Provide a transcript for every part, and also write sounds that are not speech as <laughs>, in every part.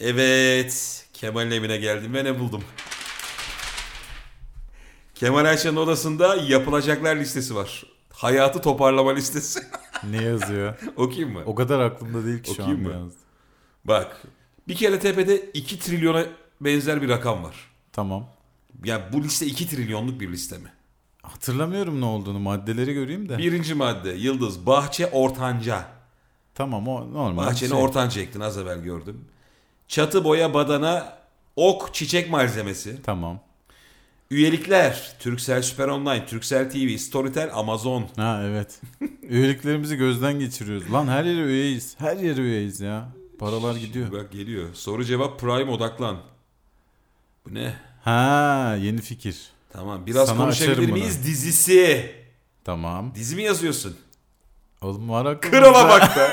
Evet. Kemal'in evine geldim ve ne buldum? Kemal Ayşe'nin odasında yapılacaklar listesi var. Hayatı toparlama listesi. <laughs> Ne yazıyor? Okuyayım mı? O kadar aklımda değil ki şu an Okuyayım mı? yalnız. Bak. Bir kere tepede 2 trilyona benzer bir rakam var. Tamam. Ya bu liste 2 trilyonluk bir liste mi? Hatırlamıyorum ne olduğunu. Maddeleri göreyim de. Birinci madde Yıldız Bahçe Ortanca. Tamam o normal. Bahçeni şey. ortanca ektin az evvel gördüm. Çatı boya badana ok çiçek malzemesi. Tamam. Üyelikler Türksel Süper Online, Türksel TV, Storytel, Amazon. Ha evet. <laughs> Üyeliklerimizi gözden geçiriyoruz. Lan her yere üyeyiz. Her yere üyeyiz ya. Paralar gidiyor. Bak geliyor. Soru cevap prime odaklan. Bu ne? Ha yeni fikir. Tamam biraz Sana konuşabilir açarım bunu. miyiz? Dizisi. Tamam. Dizi mi yazıyorsun? Oğlum var aklımda. Krala bak <laughs> be.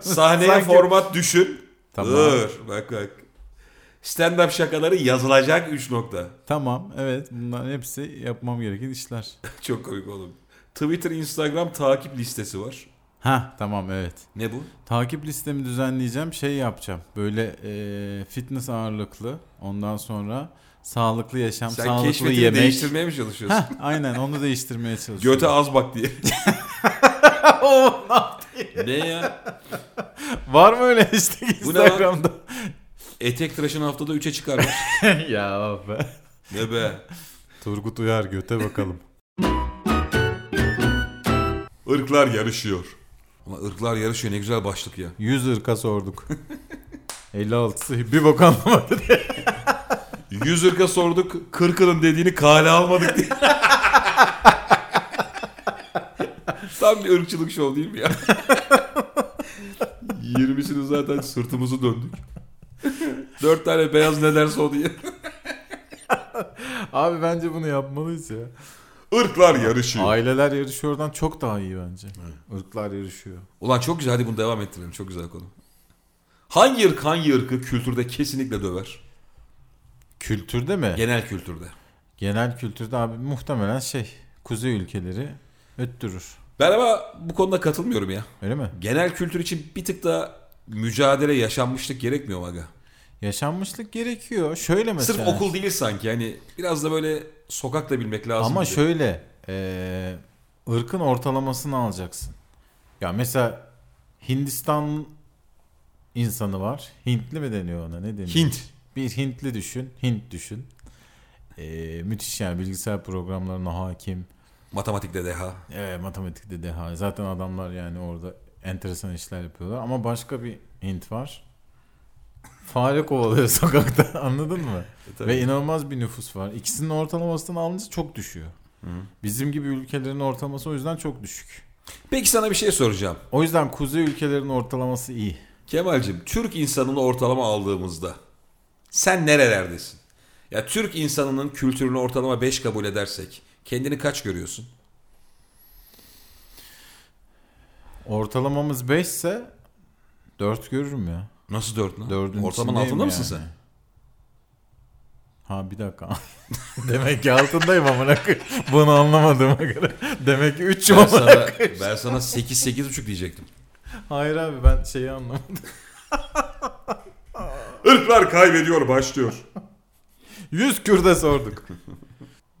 Sahneye Sanki- format düşün. Tamam. Dur bak bak. Stand-up şakaları yazılacak 3 nokta. <laughs> Tamam evet bunların hepsi yapmam gereken işler. Çok komik oğlum. Twitter, Instagram takip listesi var. Ha tamam evet. Ne bu? Takip listemi düzenleyeceğim şey yapacağım. Böyle e, fitness ağırlıklı ondan sonra sağlıklı yaşam, Sen sağlıklı keşfetini yemek. değiştirmeye mi çalışıyorsun? Heh, aynen onu değiştirmeye çalışıyorum. <laughs> Göte az bak diye. ne ya? Var mı öyle işte Bu ne lan? <laughs> Instagram'da? Etek tıraşın haftada 3'e çıkarmış. <laughs> ya be. ne be? Turgut Uyar göte bakalım. Irklar yarışıyor. Ama ırklar yarışıyor ne güzel başlık ya. 100 ırka sorduk. 56'sı bir bok anlamadı. 100 ırka sorduk 40 ırın dediğini kale almadık diye. <laughs> Tam bir ırkçılık şov değil <laughs> mi ya? 20'sini zaten sırtımızı <laughs> döndük. 4 tane beyaz ne derse o diye. <laughs> Abi bence bunu yapmalıyız ya. Irklar yarışıyor. Aileler yarışıyordan çok daha iyi bence. Irklar yarışıyor. Ulan çok güzel hadi bunu devam ettirelim. Çok güzel konu. Hangi ırk hangi ırkı kültürde kesinlikle döver? Kültürde mi? Genel kültürde. Genel kültürde abi muhtemelen şey kuzey ülkeleri öttürür. Ben ama bu konuda katılmıyorum ya. Öyle mi? Genel kültür için bir tık da mücadele yaşanmışlık gerekmiyor mu aga. Yaşanmışlık gerekiyor. Şöyle mesela. Sırf okul değil sanki hani biraz da böyle sokakla bilmek lazım. Ama gibi. şöyle eee, ırkın ortalamasını alacaksın. Ya mesela Hindistan insanı var. Hintli mi deniyor ona ne deniyor? Hint. Bir Hintli düşün. Hint düşün. Eee, müthiş yani bilgisayar programlarına hakim. Matematikte deha. Eee, E, matematikte deha. Zaten adamlar yani orada enteresan işler yapıyorlar. Ama başka bir Hint var. Fare kovalıyor <laughs> sokakta anladın mı? E, Ve inanılmaz bir nüfus var. İkisinin ortalamasını alınca çok düşüyor. Bizim gibi ülkelerin ortalaması o yüzden çok düşük. Peki sana bir şey soracağım. O yüzden kuzey ülkelerin ortalaması iyi. Kemal'cim Türk insanını ortalama aldığımızda sen nerelerdesin? Ya Türk insanının kültürünü ortalama 5 kabul edersek kendini kaç görüyorsun? Ortalamamız 5 ise 4 görürüm ya. Nasıl 4 lan? Dördün Ortamın içindeyim altında mısın yani. sen? Ha bir dakika. <laughs> Demek ki altındayım amına koyayım. Bunu anlamadığıma göre. Demek ki 3 Ben sana, ben sana 8 8,5 diyecektim. Hayır abi ben şeyi anlamadım. Irklar kaybediyor başlıyor. 100 kürde <laughs> sorduk.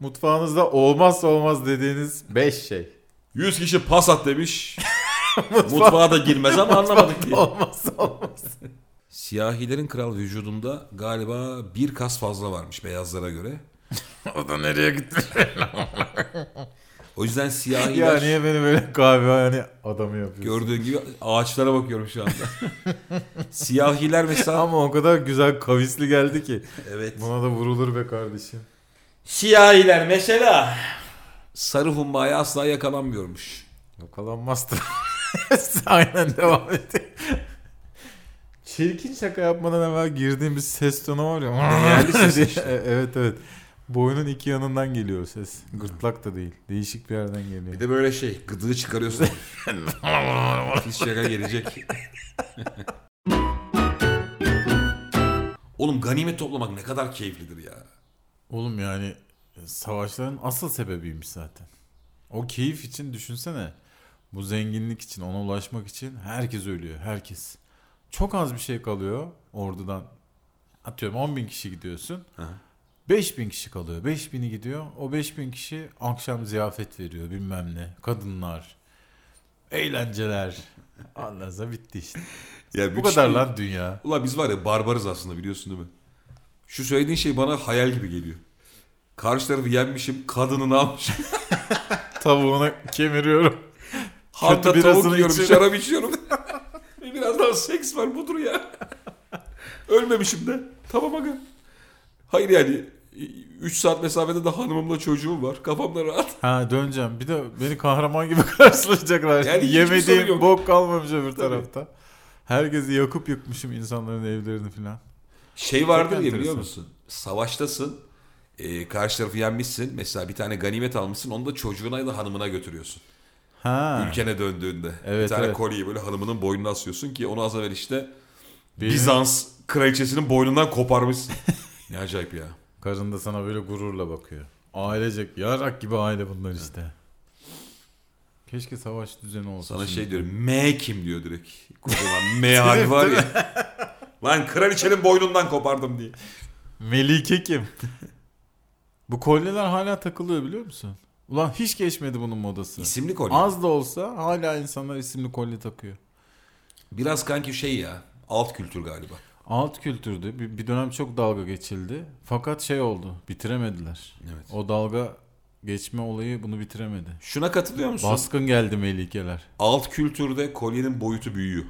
Mutfağınızda olmazsa olmaz dediğiniz 5 şey. 100 kişi pas at <laughs> demiş. Mutfağa da girmez ama anlamadık diye. Olmazsa olmaz. Siyahilerin kral vücudunda galiba bir kas fazla varmış beyazlara göre. O da nereye gitmiş? O yüzden siyahiler Ya niye beni böyle kahvehane adamı yapıyorsun? gördüğün gibi ağaçlara bakıyorum şu <laughs> anda. siyahiler mesela Ama o kadar güzel kavisli geldi ki. evet. Buna da vurulur be kardeşim. Siyahiler mesela sarı humbaya asla yakalanmıyormuş. Yakalanmazdı. <laughs> Aynen devam etti. Çirkin şaka yapmadan evvel girdiğimiz ses tonu var ya. Değerli ses <laughs> diye. işte. E- evet evet. Boynun iki yanından geliyor ses. Gırtlak da değil. Değişik bir yerden geliyor. Bir de böyle şey gıdığı <laughs> çıkarıyorsun. Pis şaka <laughs> gelecek. Oğlum ganimet toplamak ne kadar keyiflidir ya. Oğlum yani e, savaşların asıl sebebiymiş zaten. O keyif için düşünsene. Bu zenginlik için, ona ulaşmak için herkes ölüyor. Herkes. Çok az bir şey kalıyor ordudan. Atıyorum 10 bin kişi gidiyorsun. Hı hı. 5 bin kişi kalıyor. 5 bini gidiyor. O 5 bin kişi akşam ziyafet veriyor bilmem ne. Kadınlar. Eğlenceler. Ondan sonra bitti işte. Ya Bu bir kadar şey- lan dünya. Ulan biz var ya barbarız aslında biliyorsun değil mi? Şu söylediğin şey bana hayal gibi geliyor. Karşı tarafı yenmişim, kadını ne yapmışım? Tavuğuna kemiriyorum. Handa birasını tavuk yiyorum, içiyorum. şarap içiyorum. <laughs> Biraz daha seks var budur ya. Ölmemişim de. Tamam aga. Hayır yani 3 saat mesafede de hanımımla çocuğum var. Kafamda rahat. Ha döneceğim. Bir de beni kahraman gibi <laughs> karşılayacaklar. Yani hiçbir sorun yok. Yemediğim bok kalmamış öbür Tabii. tarafta. Herkesi yakıp yıkmışım insanların evlerini filan. Şey vardır ya biliyor enteresan. musun? Savaştasın. e, karşı tarafı yenmişsin. Mesela bir tane ganimet almışsın. Onu da çocuğuna ya da hanımına götürüyorsun. Ha. Ülkene döndüğünde. Evet, bir tane evet. kolyeyi böyle hanımının boynuna asıyorsun ki onu az evvel işte Birinin Bizans kraliçesinin boynundan <laughs> koparmışsın. ne acayip ya. Karın da sana böyle gururla bakıyor. Ailecek yarak gibi aile bunlar işte. Keşke savaş düzeni olsa. Sana şimdi. şey diyorum. M kim diyor direkt. Kocaman M harfi var ya. <laughs> Lan kraliçenin boynundan kopardım diye. Melike kim? <laughs> Bu kolyeler hala takılıyor biliyor musun? Ulan hiç geçmedi bunun modası. İsimli kolye. Az da olsa hala insanlar isimli kolye takıyor. Biraz kanki şey ya. Alt kültür galiba. Alt kültürdü. Bir, bir dönem çok dalga geçildi. Fakat şey oldu. Bitiremediler. Evet. O dalga geçme olayı bunu bitiremedi. Şuna katılıyor musun? Baskın geldi melikeler. Alt kültürde kolyenin boyutu büyüyor.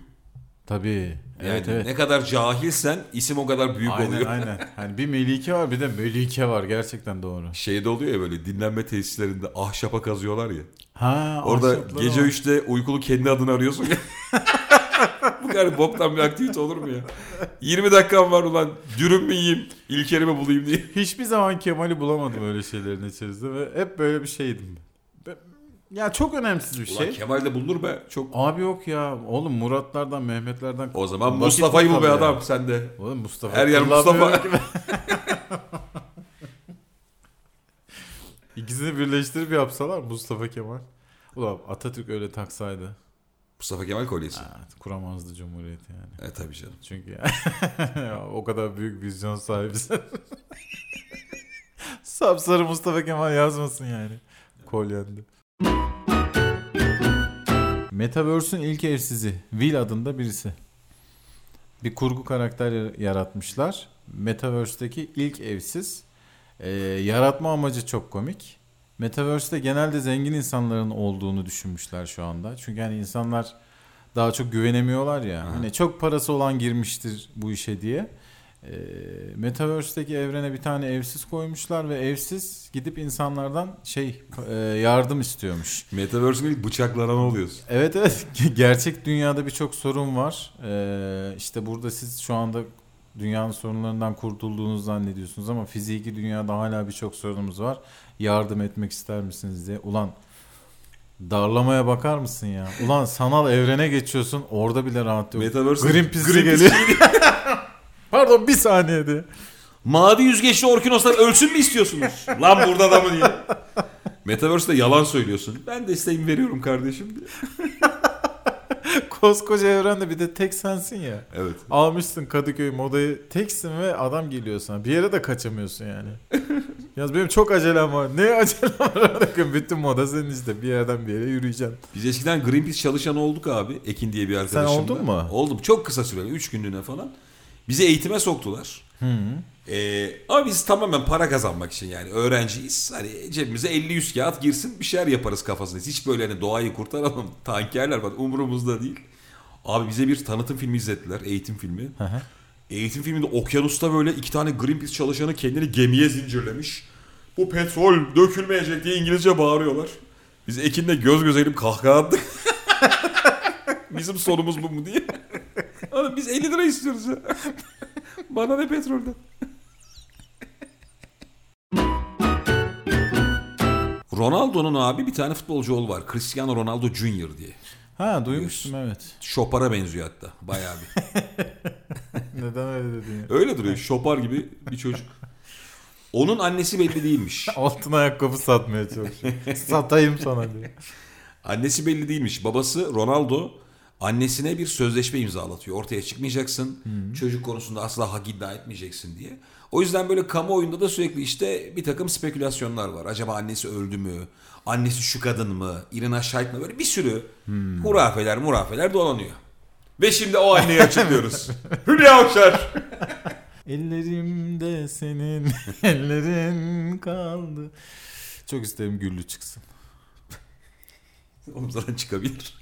Tabii. Yani evet evet. ne kadar cahilsen isim o kadar büyük aynen oluyor. aynen. Hani bir melike var bir de melike var. Gerçekten doğru. Şeyde oluyor ya böyle dinlenme tesislerinde ahşapa kazıyorlar ya. Ha, Orada ahşaplar gece var. 3'te uykulu kendi adını arıyorsun ya. <laughs> Bu kadar boktan bir aktivite olur mu ya? 20 dakikam var ulan dürüm mü yiyeyim, İlkerimi bulayım diye. Hiçbir zaman Kemal'i bulamadım öyle şeylerin içerisinde ve hep böyle bir şeydim. Ben- Ya çok önemsiz bir Ulan şey. Kemal de bulunur be. Çok Abi yok ya. Oğlum Muratlardan, Mehmetlerden. o zaman Vakit Mustafa'yı bul be kalıyor. adam sen de. Oğlum Mustafa. Her yer Mustafa. kullanmıyor. <laughs> İkisini birleştirip yapsalar Mustafa Kemal. Ulan Atatürk öyle taksaydı Mustafa Kemal kolyesi. ha, kuramazdı Cumhuriyeti yani. E tabii canım. Çünkü <laughs> o kadar büyük vizyon sahibisin. <laughs> Sapsarı Mustafa Kemal yazmasın yani. Kolyende. Metaverse'ün ilk evsizi Will adında birisi. Bir kurgu karakter yar- yaratmışlar. Metaverse'deki ilk evsiz. Ee, yaratma amacı çok komik. Metaverse'de genelde zengin insanların olduğunu düşünmüşler şu anda. Çünkü hani insanlar daha çok güvenemiyorlar ya. Aha. Hani çok parası olan girmiştir bu işe diye. Ee, Metaverse'deki evrene bir tane evsiz koymuşlar ve evsiz gidip insanlardan şey e, yardım istiyormuş. Metaverse'ün ilk bıçaklanan oluyorsun. Evet evet <laughs> gerçek dünyada birçok sorun var. Ee, işte burada siz şu anda dünyanın sorunlarından kurtulduğunuzu zannediyorsunuz ama fiziki dünyada hala birçok sorunumuz var. Yardım etmek ister misiniz diye. Ulan darlamaya bakar mısın ya? Ulan sanal evrene geçiyorsun orada bile rahat yok. Metaverse Greenpeace'li geliyor. <laughs> Pardon bir saniyede. Mavi yüzgeçli Orkinoslar ölsün mü istiyorsunuz? <laughs> Lan burada da mı diye. Metaverse'de yalan söylüyorsun. Ben desteğimi veriyorum kardeşim diye. Koskoca evrende bir de tek sensin ya. Evet. Almışsın Kadıköy modayı teksin ve adam geliyor sana. Bir yere de kaçamıyorsun yani. Yalnız benim çok acelem var. Ne acelem var? Bakın bütün moda senin işte. Bir yerden bir yere yürüyeceksin. Biz eskiden Greenpeace çalışanı olduk abi. Ekin diye bir arkadaşım. oldun mu? Oldum. Çok kısa süreli. 3 günlüğüne falan. Bizi eğitime soktular. Ee, ama biz tamamen para kazanmak için yani öğrenciyiz. Hani cebimize 50-100 kağıt girsin bir şeyler yaparız kafasındayız. Hiç böyle hani doğayı kurtaralım, <laughs> tankerler falan umurumuzda değil. Abi bize bir tanıtım filmi izlettiler. Eğitim filmi. hı. Eğitim filminde okyanusta böyle iki tane Greenpeace çalışanı kendini gemiye zincirlemiş. Bu petrol dökülmeyecek diye İngilizce bağırıyorlar. Biz Ekin'le göz göze gelip kahkaha attık. <laughs> Bizim sonumuz bu mu diye. Oğlum biz 50 lira istiyoruz ya. <laughs> Bana ne petrolden. Ronaldo'nun abi bir tane futbolcu oğlu var. Cristiano Ronaldo Junior diye. Ha duymuştum evet. Şopar'a benziyor hatta. Bayağı bir. Neden öyle dedin ya? Öyle duruyor. Şopar gibi bir çocuk. Onun annesi belli değilmiş. Altın ayakkabı satmaya çalışıyor. Satayım sana diye. Annesi belli değilmiş. Babası Ronaldo Annesine bir sözleşme imzalatıyor. Ortaya çıkmayacaksın. Çocuk konusunda asla hak iddia etmeyeceksin diye. O yüzden böyle kamuoyunda da sürekli işte bir takım spekülasyonlar var. Acaba annesi öldü mü? Annesi şu kadın mı? İrina Şahit mı? Böyle bir sürü hurafeler murafeler dolanıyor. Ve şimdi o anneyi açıklıyoruz. Hülya Avşar. Ellerimde senin ellerin kaldı. Çok isterim güllü çıksın. <laughs> Oğlum zaten çıkabilir.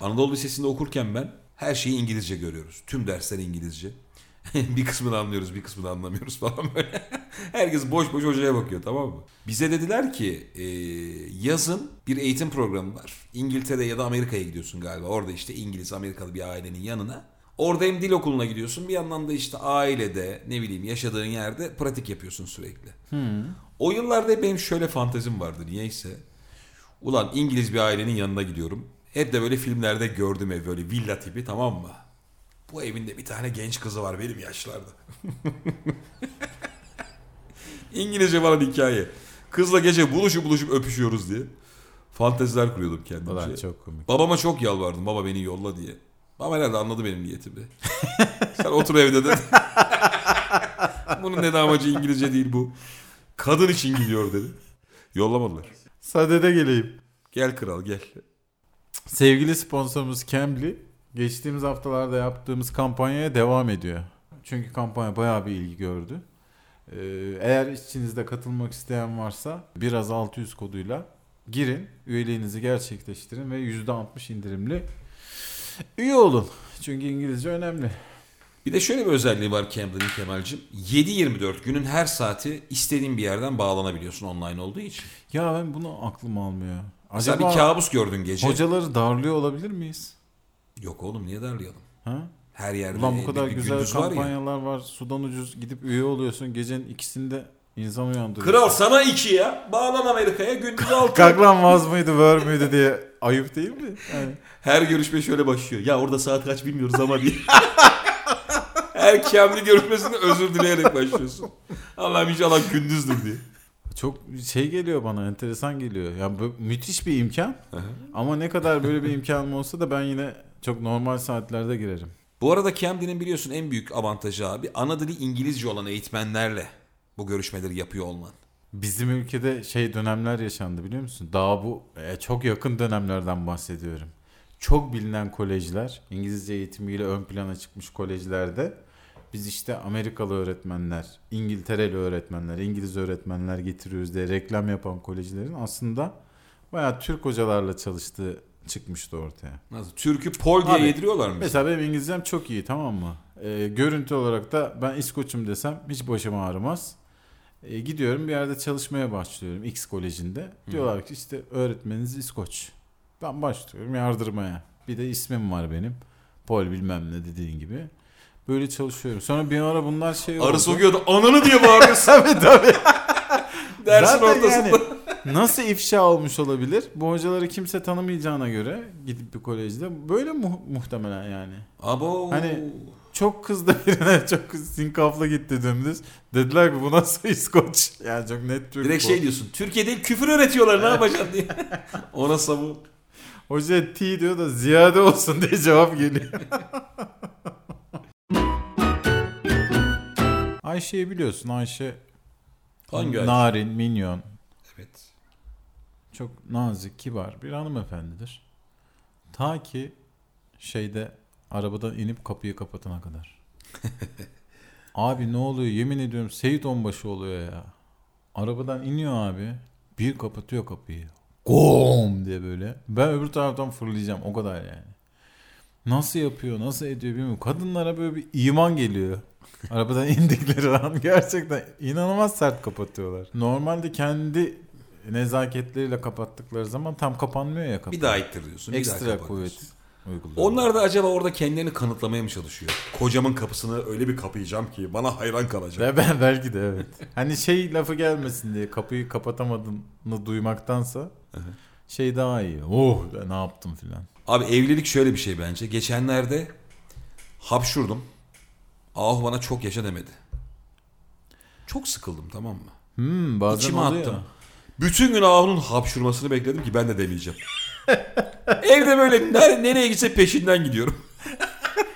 Anadolu Lisesi'nde okurken ben her şeyi İngilizce görüyoruz. Tüm dersler İngilizce. <laughs> bir kısmını anlıyoruz bir kısmını anlamıyoruz falan böyle. <laughs> Herkes boş boş hocaya bakıyor tamam mı? Bize dediler ki e, yazın bir eğitim programı var. İngiltere ya da Amerika'ya gidiyorsun galiba. Orada işte İngiliz Amerikalı bir ailenin yanına. Orada hem dil okuluna gidiyorsun bir yandan da işte ailede ne bileyim yaşadığın yerde pratik yapıyorsun sürekli. O yıllarda hep benim şöyle fantezim vardı niyeyse. Ulan İngiliz bir ailenin yanına gidiyorum. Hep de böyle filmlerde gördüm ev böyle villa tipi tamam mı? Bu evinde bir tane genç kızı var benim yaşlarda. <laughs> İngilizce falan hikaye. Kızla gece buluşup buluşup öpüşüyoruz diye. Fanteziler kuruyordum Ulan kendimce. çok komik. Babama çok yalvardım baba beni yolla diye. Baba herhalde anladı benim niyetimi. <laughs> Sen otur evde dedi. <laughs> Bunun ne de amacı İngilizce değil bu. Kadın için gidiyor dedi. Yollamadılar. Sadede geleyim. Gel kral gel. Sevgili sponsorumuz Cambly geçtiğimiz haftalarda yaptığımız kampanyaya devam ediyor. Çünkü kampanya bayağı bir ilgi gördü. Ee, Eğer içinizde katılmak isteyen varsa biraz 600 koduyla girin, üyeliğinizi gerçekleştirin ve %60 indirimli üye olun. Çünkü İngilizce önemli. Bir de şöyle bir özelliği var Camden'in Kemal'cim. 7-24 günün her saati istediğin bir yerden bağlanabiliyorsun online olduğu için. Ya ben bunu aklım almıyor. Mesela Acaba bir şey- kabus gördün gece. hocaları darlıyor olabilir miyiz? Yok oğlum niye darlayalım? Ha? Her yerde Ulan bu e, kadar bir- bir güzel gündüz var ya. kampanyalar var, Sudan ucuz gidip üye oluyorsun. Gecenin ikisinde insan uyandırıyor. Kral sana iki ya. Bağlan Amerika'ya gündüz altı. Kalk lan vaz mıydı vör müydü diye ayıp değil mi? Yani Her görüşme şöyle başlıyor. Ya orada saat kaç bilmiyoruz ama diye. <laughs> Her kendi görüşmesinde özür dileyerek başlıyorsun. Allah'ım inşallah gündüzdür diye. çok şey geliyor bana enteresan geliyor. Ya bu müthiş bir imkan Hı hı. ama ne kadar böyle bir imkanım olsa da ben yine çok normal saatlerde girerim. Bu arada Camden'in biliyorsun en büyük avantajı abi ana dili İngilizce olan eğitmenlerle bu görüşmeleri yapıyor olman. Bizim ülkede şey dönemler yaşandı biliyor musun? Daha bu e, çok yakın dönemlerden bahsediyorum. Çok bilinen kolejler, İngilizce eğitimiyle ön plana çıkmış kolejlerde biz işte Amerikalı öğretmenler, İngiltereli öğretmenler, İngiliz öğretmenler getiriyoruz diye reklam yapan kolejlerin aslında bayağı Türk hocalarla çalıştığı çıkmıştı ortaya. Nasıl? Türk'ü Pol diye Abi, yediriyorlar mı? bize? Mesela benim İngilizcem çok iyi tamam mı? Ee, görüntü olarak da ben İskoç'um desem hiç başım ağrımaz. Ee, gidiyorum bir yerde çalışmaya başlıyorum X kolejinde. Diyorlar ki işte öğretmeniniz İskoç. Ben başlıyorum yardırmaya. Bir de ismim var benim. Paul bilmem ne dediğin gibi. Böyle çalışıyorum. Sonra bir ara bunlar şey oldu. Arı sokuyor da ananı diye bağırıyorsun <laughs> Tabii tabii. dersin Zaten ortasında. yani nasıl ifşa olmuş olabilir? Bu hocaları kimse tanımayacağına göre gidip bir kolejde böyle mu- muhtemelen yani. Abo. Hani- Çok kızdı birine <laughs> çok kız sinkafla gitti dümdüz. Dediler ki bu nasıl İskoç? Yani çok net Türk Direkt bu. şey diyorsun. Türkiye değil küfür öğretiyorlar ne yapacaksın <laughs> diye. Ona savun. Hoca T diyor da ziyade olsun diye <laughs> cevap geliyor. Ayşe'yi biliyorsun Ayşe. Hangi Ayşe? Narin, minyon. Evet. Çok nazik, kibar bir hanımefendidir. Ta ki şeyde arabadan inip kapıyı <laughs> kapatana kadar. abi ne oluyor yemin ediyorum Seyit Onbaşı oluyor ya. Arabadan iniyor abi. Bir kapatıyor kapıyı. Gom diye böyle. Ben öbür taraftan fırlayacağım o kadar yani. Nasıl yapıyor nasıl ediyor bilmiyorum. Kadınlara böyle bir <laughs> iman geliyor. Arabadan indikleri an gerçekten inanılmaz sert kapatıyorlar. Normalde kendi nezaketleriyle kapattıkları zaman tam kapanmıyor ya kapı. Bir daha ittir diyorsun. bir daha Ekstra kapat kuvvet diyorsun. uyguluyor. Onlar da acaba orada kendilerini kanıtlamaya mı çalışıyor? Kocamın kapısını öyle bir kapayacağım ki bana hayran kalacak. Be- be- belki de evet. hani şey lafı gelmesin diye kapıyı kapatamadığını duymaktansa şey daha iyi. Oh ben ne yaptım filan. Abi evlilik şöyle bir şey bence. Geçenlerde hapşurdum. Ahu bana çok yaşa demedi. Çok sıkıldım tamam mı? Hmm, bazen İçime oluyor. attım. Bütün gün Ahun'un hapşurmasını bekledim ki ben de demeyeceğim. <laughs> Evde böyle ner- nereye gitse peşinden gidiyorum. <laughs>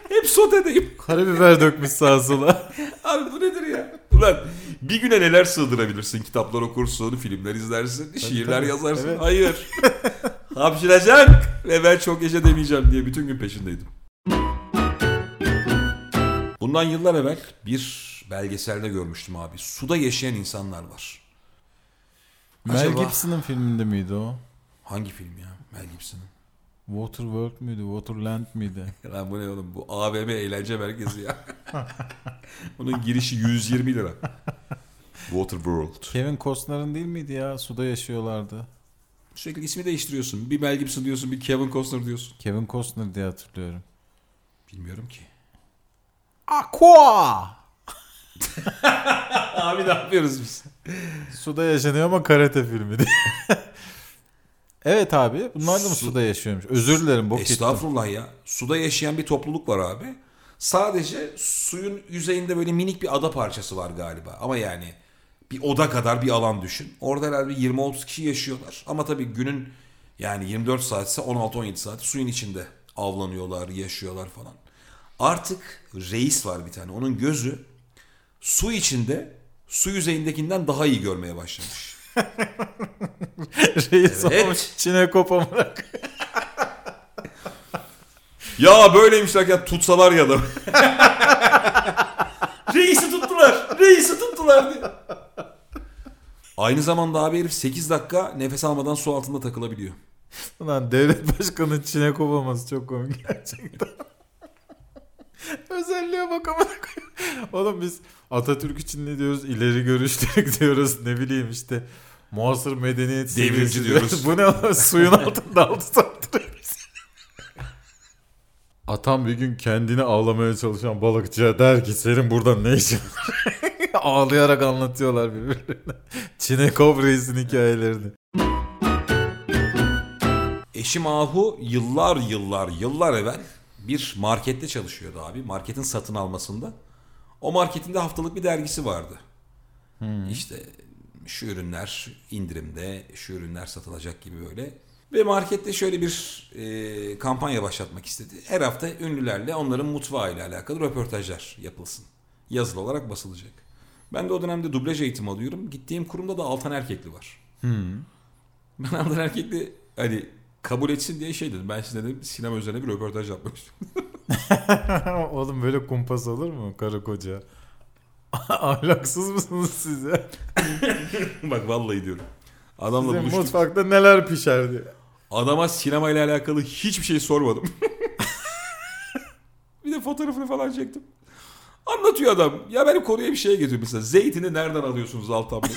Hep sotedeyim. Karabiber dökmüş <laughs> sağa sola. Abi bu nedir ya? Ulan bir güne neler sığdırabilirsin? Kitaplar okursun, filmler izlersin, şiirler tabii. yazarsın. Evet. <laughs> Hayır. Hapşıracak ve ben çok yaşa demeyeceğim diye bütün gün peşindeydim. Bundan yıllar evvel bir belgeselde görmüştüm abi. Suda yaşayan insanlar var. Mel Acaba- Gibson'ın filminde miydi o? Hangi film ya? Mel Gibson'ın. Waterworld müydü? Waterland miydi? Lan bu ne oğlum? Bu AVM eğlence merkezi <laughs> ya. Bunun girişi 120 lira. Waterworld. Kevin Costner'ın değil miydi ya? Suda yaşıyorlardı. Sürekli ismi değiştiriyorsun. Bir Mel Gibson diyorsun, bir Kevin Costner diyorsun. Kevin Costner diye hatırlıyorum. Bilmiyorum ki. Aqua! <laughs> Abi ne yapıyoruz biz? Suda yaşanıyor ama karate filmi diye. evet abi. Bunlar da mı Su- suda yaşıyormuş? Özür dilerim. Bok ettim. Estağfurullah ya. Suda yaşayan bir topluluk var abi. Sadece suyun yüzeyinde böyle minik bir ada parçası var galiba. Ama yani bir oda kadar bir alan düşün. Orada herhalde 20-30 kişi yaşıyorlar. Ama tabii günün yani 24 saatse 16-17 saat suyun içinde avlanıyorlar, yaşıyorlar falan. Artık reis var bir tane. Onun gözü su içinde su yüzeyindekinden daha iyi görmeye başlamış. <laughs> Reis Evet. olmuş. Çin'e kopamarak. Ya böyleymiş derken tutsalar ya da. <laughs> reisi tuttular. Reisi tuttular diye. Aynı zamanda abi herif 8 dakika nefes almadan su altında takılabiliyor. Ulan devlet başkanının Çin'e kopaması çok komik <laughs> gerçekten. Özelliğe bak amına koyayım. Oğlum biz Atatürk için ne diyoruz? İleri görüşlülük diyoruz. Ne bileyim işte muasır Devrimci medeniyet seviyesi diyoruz. Bu ne lan? Suyun altında altı saattir. <laughs> Atam bir gün kendini ağlamaya çalışan balıkçıya der ki senin burada ne işin var? <laughs> Ağlayarak anlatıyorlar birbirlerine. Çinekop reisin hikayelerini. Eşim Ahu yıllar yıllar yıllar evvel bir markette çalışıyordu abi. Marketin satın almasında. O marketin de haftalık bir dergisi vardı. İşte şu ürünler indirimde, şu ürünler satılacak gibi böyle. Ve markette şöyle bir e, kampanya başlatmak istedi. Her hafta ünlülerle onların mutfağıyla alakalı röportajlar yapılsın. Yazılı olarak basılacak. Ben de o dönemde dublaj eğitimi alıyorum. Gittiğim kurumda da Altan Erkekli var. Ben Altan Erkekli hani kabul etsin diye şey dedim. Ben size dedim sinema üzerine bir röportaj yapmak istiyorum. <laughs> Oğlum böyle kumpas olur mu karı koca? <laughs> Ahlaksız mısınız siz ya? Bak vallahi diyorum. Adamla Sizin buluştuk. mutfakta neler pişer diye. Adama sinemayla alakalı hiçbir şey sormadım. bir de fotoğrafını falan çektim. Anlatıyor adam. Ya benim konuya bir şey getiriyor mesela. Zeytini nereden alıyorsunuz Altan Bey?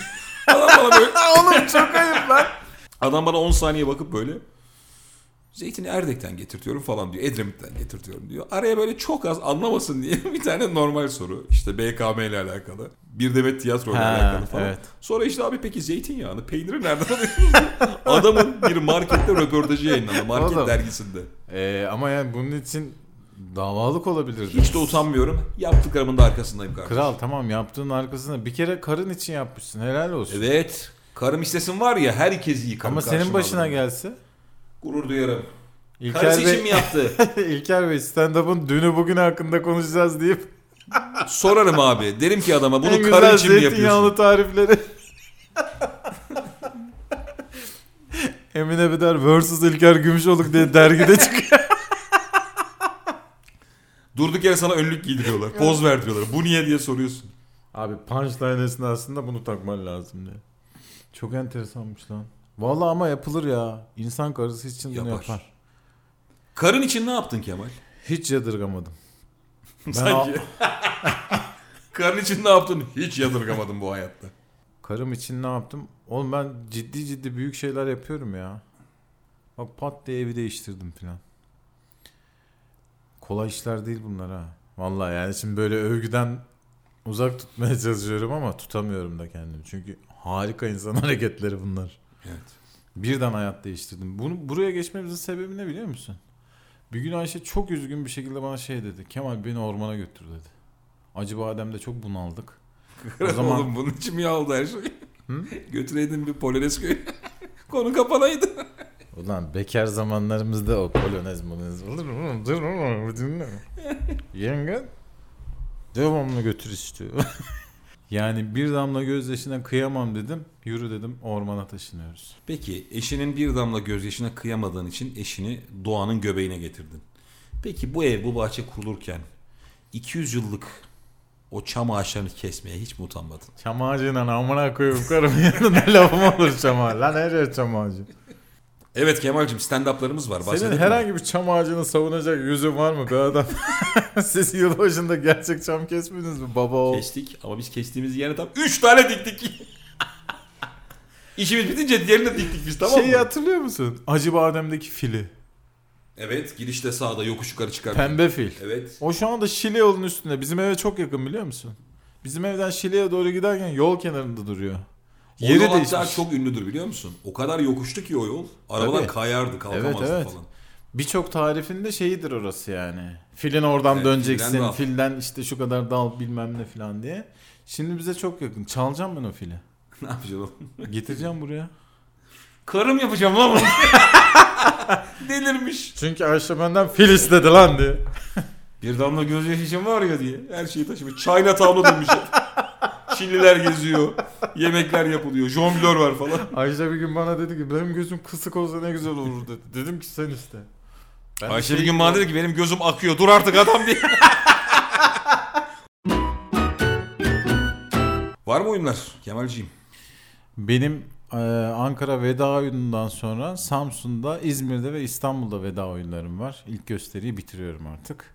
Adam bana böyle... Oğlum çok <laughs> ayıp lan. Adam bana 10 saniye bakıp böyle... Zeytini Erdek'ten getirtiyorum falan diyor. Edremit'ten getirtiyorum diyor. Araya böyle çok az anlamasın diye <laughs> bir tane normal soru. İşte BKM ile alakalı. Bir demet tiyatro ile Ha, alakalı falan. evet. Sonra işte abi peki zeytinyağını, peyniri nereden alıyorsunuz? diyor. <laughs> Adamın bir markette röportajı yayınlandı. Market Oğlum. dergisinde. Ee, ama yani bunun için davalık olabilirdi. Hiç de utanmıyorum. Yaptıklarımın da arkasındayım kardeşim. Kral tamam yaptığın arkasında bir kere karın için yapmışsın helal olsun. Evet. Karım istesin var ya herkes iyi karım ama senin karşıma başına alırım. gelse. Gurur duyarım. İlker Karısı için mi Bey, yaptı? <laughs> İlker Bey stand-up'ın dünü bugünü hakkında konuşacağız deyip Sorarım abi. Derim ki adama en bunu karın güzel için mi yapıyorsun? zeytinyağlı tarifleri. Emine Beder vs. İlker Gümüşoluk diye dergide çıkıyor. Durduk yere sana önlük giydiriyorlar. Poz verdiriyorlar. Bu niye diye soruyorsun. <laughs> Abi punchline esnasında bunu takman lazım diye. Çok enteresanmış lan. Vallahi ama yapılır ya. İnsan karısı için bunu Yapar. yapar. Karın için ne yaptın Kemal? Hiç yadırgamadım. Ben Sanki. karın için ne yaptın? Hiç yadırgamadım bu hayatta. Karım için ne yaptım? Oğlum ben ciddi ciddi büyük şeyler yapıyorum ya. Bak pat diye evi değiştirdim filan. Kolay işler değil bunlar ha. Vallahi yani şimdi böyle övgüden uzak tutmaya <laughs> çalışıyorum ama tutamıyorum da kendimi. Çünkü harika insan <laughs> hareketleri bunlar. Evet. Birden hayat değiştirdim. Bunu buraya geçmemizin sebebi ne biliyor musun? Bir gün Ayşe çok üzgün bir şekilde bana şey dedi. Kemal beni ormana götür dedi. Acı bademde çok bunaldık. O zaman- <laughs> Oğlum bunun için mi oldu her şey? <laughs> Götüreydin bir Polonez köyü. <laughs> Konu kapanaydı. Ulan bekar zamanlarımızda o polonez molonez olur mu? Dur oğlum, dinle. <laughs> Yenge devamlı götür istiyor. <laughs> yani bir damla gözyaşına kıyamam dedim. Yürü dedim ormana taşınıyoruz. Peki eşinin bir damla gözyaşına kıyamadığın için eşini doğanın göbeğine getirdin. Peki bu ev bu bahçe kurulurken 200 yıllık o çam ağaçlarını kesmeye hiç mi utanmadın? Çam ağacından amına koyup karım <laughs> yanında lafım olur çam ağacı. Lan her yer çam ağacı. Evet Kemal'cim stand-up'larımız var. Senin Bahsedelim mi? herhangi bir çam ağacını savunacak yüzün var mı be adam? <laughs> Siz yılbaşında gerçek çam kesmediniz mi baba oğul? Kestik ama biz kestiğimiz yerine tam 3 tane diktik. İşimiz bitince diğerini de diktik biz tamam Şeyi mı? hatırlıyor musun? Acı bademdeki fili. Evet girişte sağda yokuş yukarı çıkardık. Pembe fil. Evet. O şu anda Şile yolun üstünde. Bizim eve çok yakın biliyor musun? Bizim evden Şile'ye doğru giderken yol kenarında duruyor. Yeri o Yeri yol değişmiş. hatta çok ünlüdür biliyor musun? O kadar yokuştu ki o yol. Arabalar Tabii. kayardı kalkamazdı Evet, evet. falan. <laughs> Birçok tarifinde şeyidir orası yani. Filin oradan Evet, döneceksin. filden Filden, dal. işte şu kadar dal bilmem ne filan diye. Şimdi bize çok yakın. Çalacağım ben o fili. ne yapacaksın oğlum? <laughs> Getireceğim buraya. Karım yapacağım lan bunu. <laughs> Delirmiş. Çünkü Ayşe benden fil istedi lan diye. Bir damla gözyaşı için var ya diye. Her şeyi taşımış. Çayna tavla dönmüş. Çinliler geziyor. Yemekler yapılıyor. Jonglör var falan. Ayşe bir gün bana dedi ki benim gözüm kısık olsa ne güzel olur dedi. Dedim ki sen iste. Ben de Ayşe şey- bir gün bana dedi ki benim gözüm akıyor dur artık adam diye. <laughs> Var mı oyunlar Kemalciğim? Benim e, Ankara veda oyunundan sonra Samsun'da, İzmir'de ve İstanbul'da veda oyunlarım var. İlk gösteriyi bitiriyorum artık.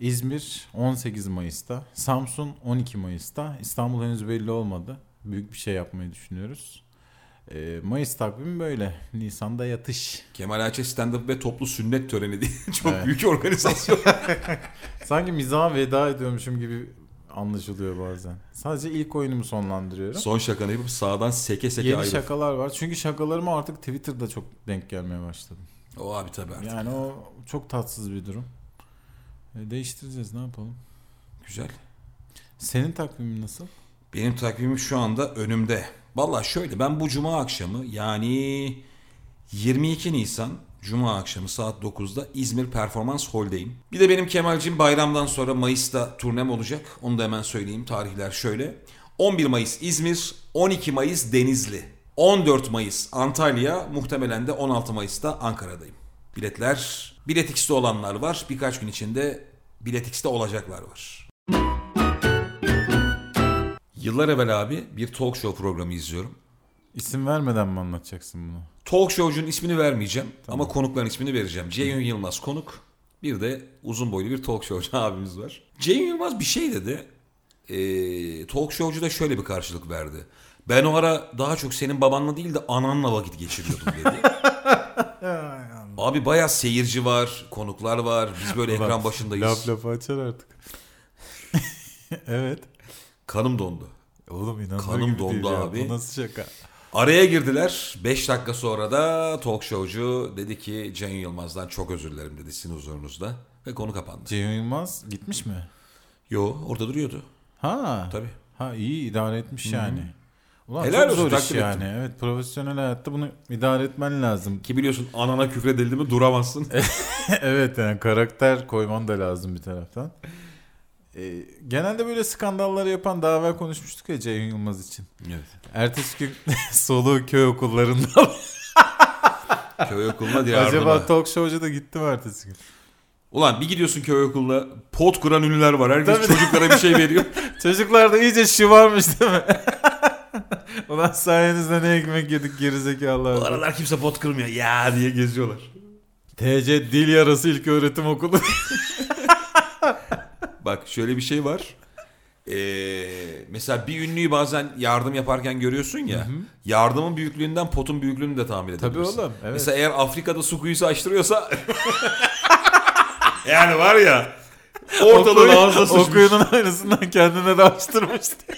İzmir 18 Mayıs'ta, Samsun 12 Mayıs'ta. İstanbul henüz belli olmadı. Büyük bir şey yapmayı düşünüyoruz. E, Mayıs takvimi böyle. Nisan'da yatış. Kemal Ayça stand-up ve toplu sünnet töreni diye <laughs> çok Evet. büyük organizasyon. <laughs> Sanki mizaha veda ediyormuşum gibi anlaşılıyor bazen. Sadece ilk oyunumu sonlandırıyorum. Son şakanı yapıp sağdan seke seke Yeni ayrıl. şakalar var. Çünkü şakalarıma artık Twitter'da çok denk gelmeye başladı. O abi tabii artık. Yani o çok tatsız bir durum. E, değiştireceğiz ne yapalım. Güzel. Senin takvimin nasıl? Benim takvimim şu anda önümde. Valla şöyle ben bu cuma akşamı yani 22 Nisan Cuma akşamı saat 9'da İzmir Performans Hall'deyim. Bir de benim Kemal'cim bayramdan sonra Mayıs'ta turnem olacak. Onu da hemen söyleyeyim. Tarihler şöyle. 11 Mayıs İzmir, 12 Mayıs Denizli, 14 Mayıs Antalya, muhtemelen de 16 Mayıs'ta Ankara'dayım. Biletler, Bilet X'te olanlar var. Birkaç gün içinde Bilet X'te olacaklar var. Yıllar evvel abi bir talk show programı izliyorum. İsim vermeden mi anlatacaksın bunu? Talk show'cunun ismini vermeyeceğim ama konukların ismini vereceğim. Ceyhun Yılmaz konuk. Bir de uzun boylu bir talk show'cu <laughs> abimiz var. Ceyhun Yılmaz bir şey dedi. Ee, talk show'cu da şöyle bir karşılık verdi. Ben o ara daha çok senin babanla değil de ananla vakit geçiriyordum dedi. Abi bayağı seyirci var, konuklar var. Biz böyle ekran başındayız. Laf lafı açar artık. <laughs> evet. Kanım dondu. Oğlum inanılır Kanım gibi dondu değil ya. abi. Bu nasıl şaka? Araya girdiler. 5 dakika sonra da talk show'cu dedi ki Ceyhun Yılmaz'dan çok özür dilerim dedi sizin huzurunuzda. Ve konu kapandı. Ceyhun Yılmaz gitmiş mi? Yo orada duruyordu. Ha. Tabii. Ha iyi idare etmiş yani. Ulan Helal çok olsun, zor iş takdir yani. Evet profesyonel hayatta bunu idare etmen lazım. Ki biliyorsun anana küfredildi mi duramazsın. evet yani karakter koyman da lazım bir taraftan. Ee, genelde böyle skandalları yapan daha evvel konuşmuştuk ya Ceyhun Yılmaz için. <laughs> evet. Ertesi gün <laughs> soluğu köy okullarında aldı. Köy okuluna diğer Acaba ardına. talk show'cu da gitti mi ertesi gün? Ulan bir gidiyorsun köy okuluna pot kuran ünlüler var. Herkes Tabii. çocuklara bir şey veriyor. Çocuklar da iyice şımarmış değil mi? <laughs> Ulan sayenizde ne ekmek yedik <laughs> Bu gerizekalılar. aralar kimse pot kırmıyor ya diye geziyorlar. TC Dil Yarası İlk Öğretim Okulu. Bak şöyle bir şey var. Ee, mesela bir ünlüyü bazen yardım yaparken görüyorsun ya. Yardımın büyüklüğünden potun büyüklüğünü de tahmin <laughs> edebilirsin. oğlum, evet. Mesela eğer Afrika'da su kuyusu <laughs> açtırıyorsa yani var ya ortalığı ağzına Okuyunun sıçmış. aynısından kendine de açtırmıştı.